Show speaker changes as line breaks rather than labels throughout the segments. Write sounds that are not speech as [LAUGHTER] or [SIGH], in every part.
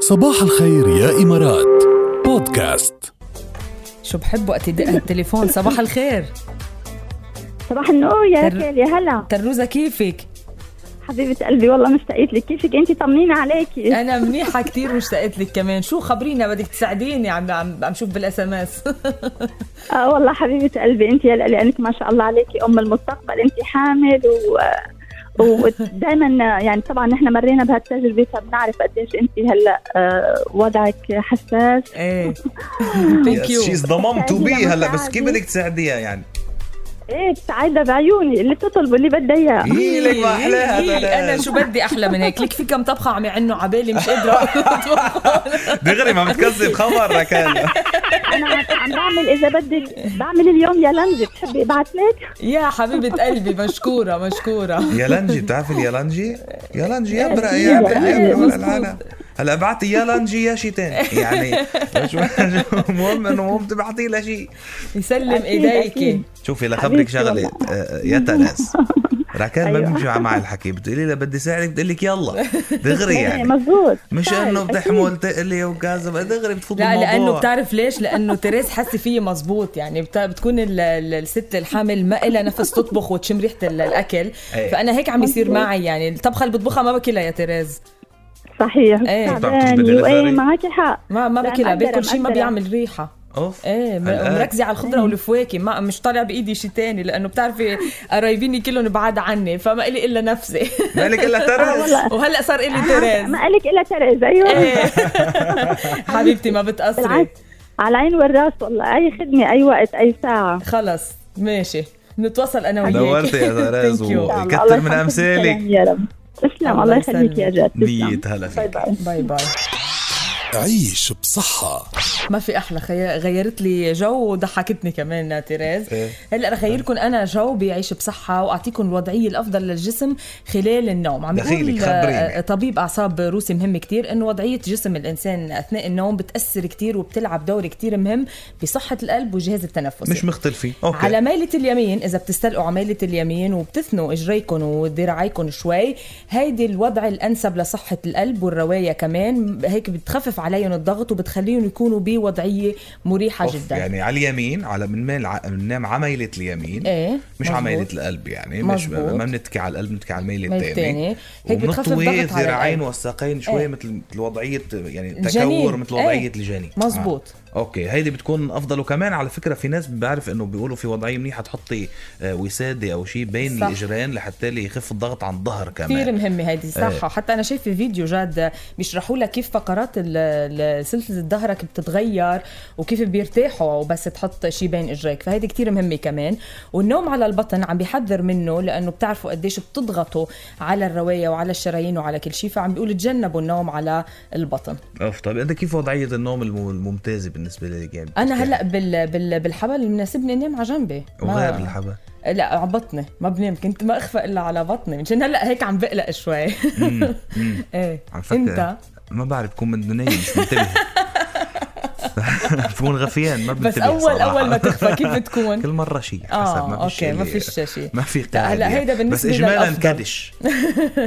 صباح الخير يا إمارات بودكاست
شو بحب وقت يدق
[LAUGHS]
التليفون صباح الخير
صباح النور يا
تر-
ركال يا هلا
تروزة كيفك
حبيبة قلبي والله مشتاقة لك كيفك انت طمنيني عليكي
انا منيحه كثير واشتقت لك كمان شو خبرينا بدك تساعديني عم عم, عم شوف بالاس ام [LAUGHS] اس
اه والله حبيبة قلبي انت يا هلا لانك ما شاء الله عليكي ام المستقبل انت حامل و ودائما يعني طبعا نحن مرينا بهالتجربه فبنعرف قديش انت هلا آه، وضعك حساس
ايه ثانك يو
شيز ضممتوا بي
سعيدة
هلا بس
مساعدة.
كيف بدك تساعديها يعني؟
ايه سعيدة بعيوني اللي بتطلب واللي بدها اياه
إيه لك ما أحلاها
انا
بلاش.
شو بدي احلى من هيك لك في كم طبخه عم يعنوا عبالي مش قادره
دغري ما
[LAUGHS]
بتكذب خبر ركان
انا عم- عم بعمل اذا بدك بعمل اليوم يا لنجي بتحبي ابعث لك
[LAUGHS] يا حبيبه قلبي مشكوره مشكوره
يا لنجي بتعرف يا لنجي؟ يا لنجي يا برا
إيه،
يا
إيه،
بتحب
مزبوط.
ولا العالم هلا ابعتي يا لنجي يا شي تاني يعني شو- شو- المهم انه مو بتبعتي لها شيء
يسلم
أكيد،
ايديك
أكيد.
شوفي لخبرك
حبيبتي
شغله آه، آه، يا تناس ركان ما
أيوة.
بيمشي مع الحكي بتقولي لها بدي ساعدك بتقول لك يلا دغري
ايه
يعني
مزبوط
مش
تعال،
انه
أكيد.
بتحمل تقلي وكذا بقى دغري بتفوت
لا لانه
الموضوع
بتعرف ليش لانه تيريس حاسه فيه مزبوط يعني بت- بتكون ال- ال- الست الحامل ما إلها نفس تطبخ وتشم ريحه ال- الاكل
إيه.
فانا هيك عم يصير معي يعني الطبخه اللي بطبخها ما باكلها يا تيريز
صحيح
إيه.
تعبانة وايه معك حق
ما ما
لا،
باكلها
مقدرة،
باكل شيء ما
مقدرة. إيه.
بيعمل ريحه
اوف
ايه م-
هلأ.
مركزه على الخضره والفواكه ما مش طالع بايدي شيء تاني لانه بتعرفي قرايبيني كلهم بعاد عني فما إلي الا نفسي
[LAUGHS]
مالك الا
آه
ترس
والله.
[LAUGHS] وهلا صار إلي تيريز
ما قالك الا ترز ايوه
ايه حبيبتي ما بتقصري
بالعكس على العين والراس والله اي خدمه اي وقت اي ساعه
خلص ماشي نتواصل انا وياك
نورتي يا ترز
Thank you.
و-
إن شاء الله.
كتر
الله
من
يخليك
أمثالك.
الكلام يا رب تسلم
الله
الله يخليك
يسلمك.
يا جد تسلم.
نية هلا
باي
فيك
باي
باي باي
عيش بصحة
ما في احلى خي... غيرت لي جو وضحكتني كمان تيريز
إيه.
هلا رح غيركم انا جو بيعيش بصحه واعطيكم الوضعيه الافضل للجسم خلال النوم عم
دخيلك،
بيقول
خبريني.
آه، طبيب اعصاب روسي مهم كتير انه وضعيه جسم الانسان اثناء النوم بتاثر كتير وبتلعب دور كتير مهم بصحه القلب وجهاز التنفسي
مش مختلفين اوكي
على ميلة اليمين إذا بتستلقوا على ميلة اليمين وبتثنوا إجريكم وذراعيكم شوي هيدي الوضع الأنسب لصحة القلب والرواية كمان هيك بتخفف عليهم الضغط وبتخليهم يكونوا بوضعية مريحة
أوف،
جدا يعني
يعني على اليمين على بنميل ع- بننام على ميلة اليمين
إيه
مش على
مزبوط.
ميلة القلب يعني مش
مزبوط.
ما بنتكي على القلب بنتكي على الميل
ميل
الثاني
التاني. هيك بتخفف
وبنطوي
ضغط على
ذراعين
القلب.
والساقين
إيه.
شوي مثل مثل وضعية يعني
الجنين.
تكور مثل وضعية
إيه.
الجنين
مزبوط.
آه. اوكي هيدي بتكون افضل وكمان على فكرة في ناس بعرف انه بيقولوا في وضعية منيحة تحطي آه، وسادة او شيء بين
صح.
الاجرين لحتى لي يخف الضغط عن الظهر كمان
كثير مهمة هيدي صح
إيه.
وحتى أنا شايفة فيديو جاد بيشرحوا لك كيف فقرات ال- ال- سلسلة ظهرك بتتغير وكيف بيرتاحوا وبس تحط شيء بين إجريك فهيدي كثير مهمة كمان والنوم على البطن عم بيحذر منه لأنه بتعرفوا قديش بتضغطوا على الرواية وعلى الشرايين وعلى كل شيء فعم بيقول تجنبوا النوم على البطن
اوف طيب انت كيف وضعية النوم الم- الممتازة بالنسبة لك يعني
أنا هلأ بال... بال... بالحبل مناسبني أنام على جنبي ما-
وغير الحبل
لا على بطني ما بنام كنت ما أخفى إلا على بطني مشان هلأ هيك عم بقلق شوي [LAUGHS] ايه
عم فكر
انت
ما بعرف بكون من دنيا
[LAUGHS]
مش منتبه بكون غفيان ما بنتبه
بس اول
صراحة.
اول ما تخفى كيف بتكون؟
[LAUGHS] كل مرة شيء حسب
آه،
ما فيش
أوكي، ما
اللي-
فيش شيء.
ما في
لا،
قاعدة
هلا هيدا بالنسبة
بس اجمالا
للأفضل. [LAUGHS]
كدش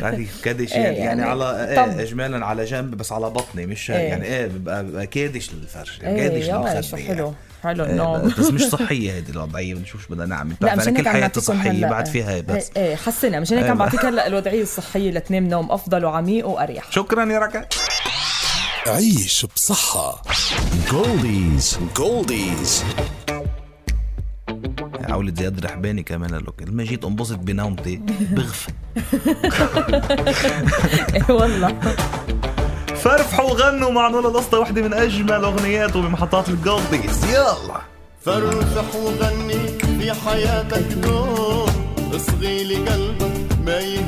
تعرف كدش
إيه،
يعني, يعني
يعني
على
طب.
إيه اجمالا على جنب بس على بطني مش
إيه.
يعني ايه ببقى ببقى كادش للفرش كادش
ايه يا
للمخدة
شو
يعني.
حلو حلو
إيه،
النوم
بس مش صحية هيدي الوضعية بنشوف شو بدنا نعمل
لا
بتعرف
مشان
أنا
هيك
كل
عم
حياتي
بعطيكم
صحية
هلا-
بعد فيها بس
ايه ايه حسنا مشان هيك عم
إيه.
بعطيك هلا الوضعيه الصحيه لتنام نوم افضل وعميق واريح
شكرا يا ركعت
عيش بصحة جولديز جولديز
عولة زياد رحباني كمان قال لك لما جيت انبسط بنومتي بغفى
[LAUGHS] إيه والله
فرفحوا وغنوا مع نولا الاسطى واحدة من أجمل أغنياته بمحطات الجولديز يلا
فرفح وغني في حياتك نور اصغي لي قلبك ما يهمك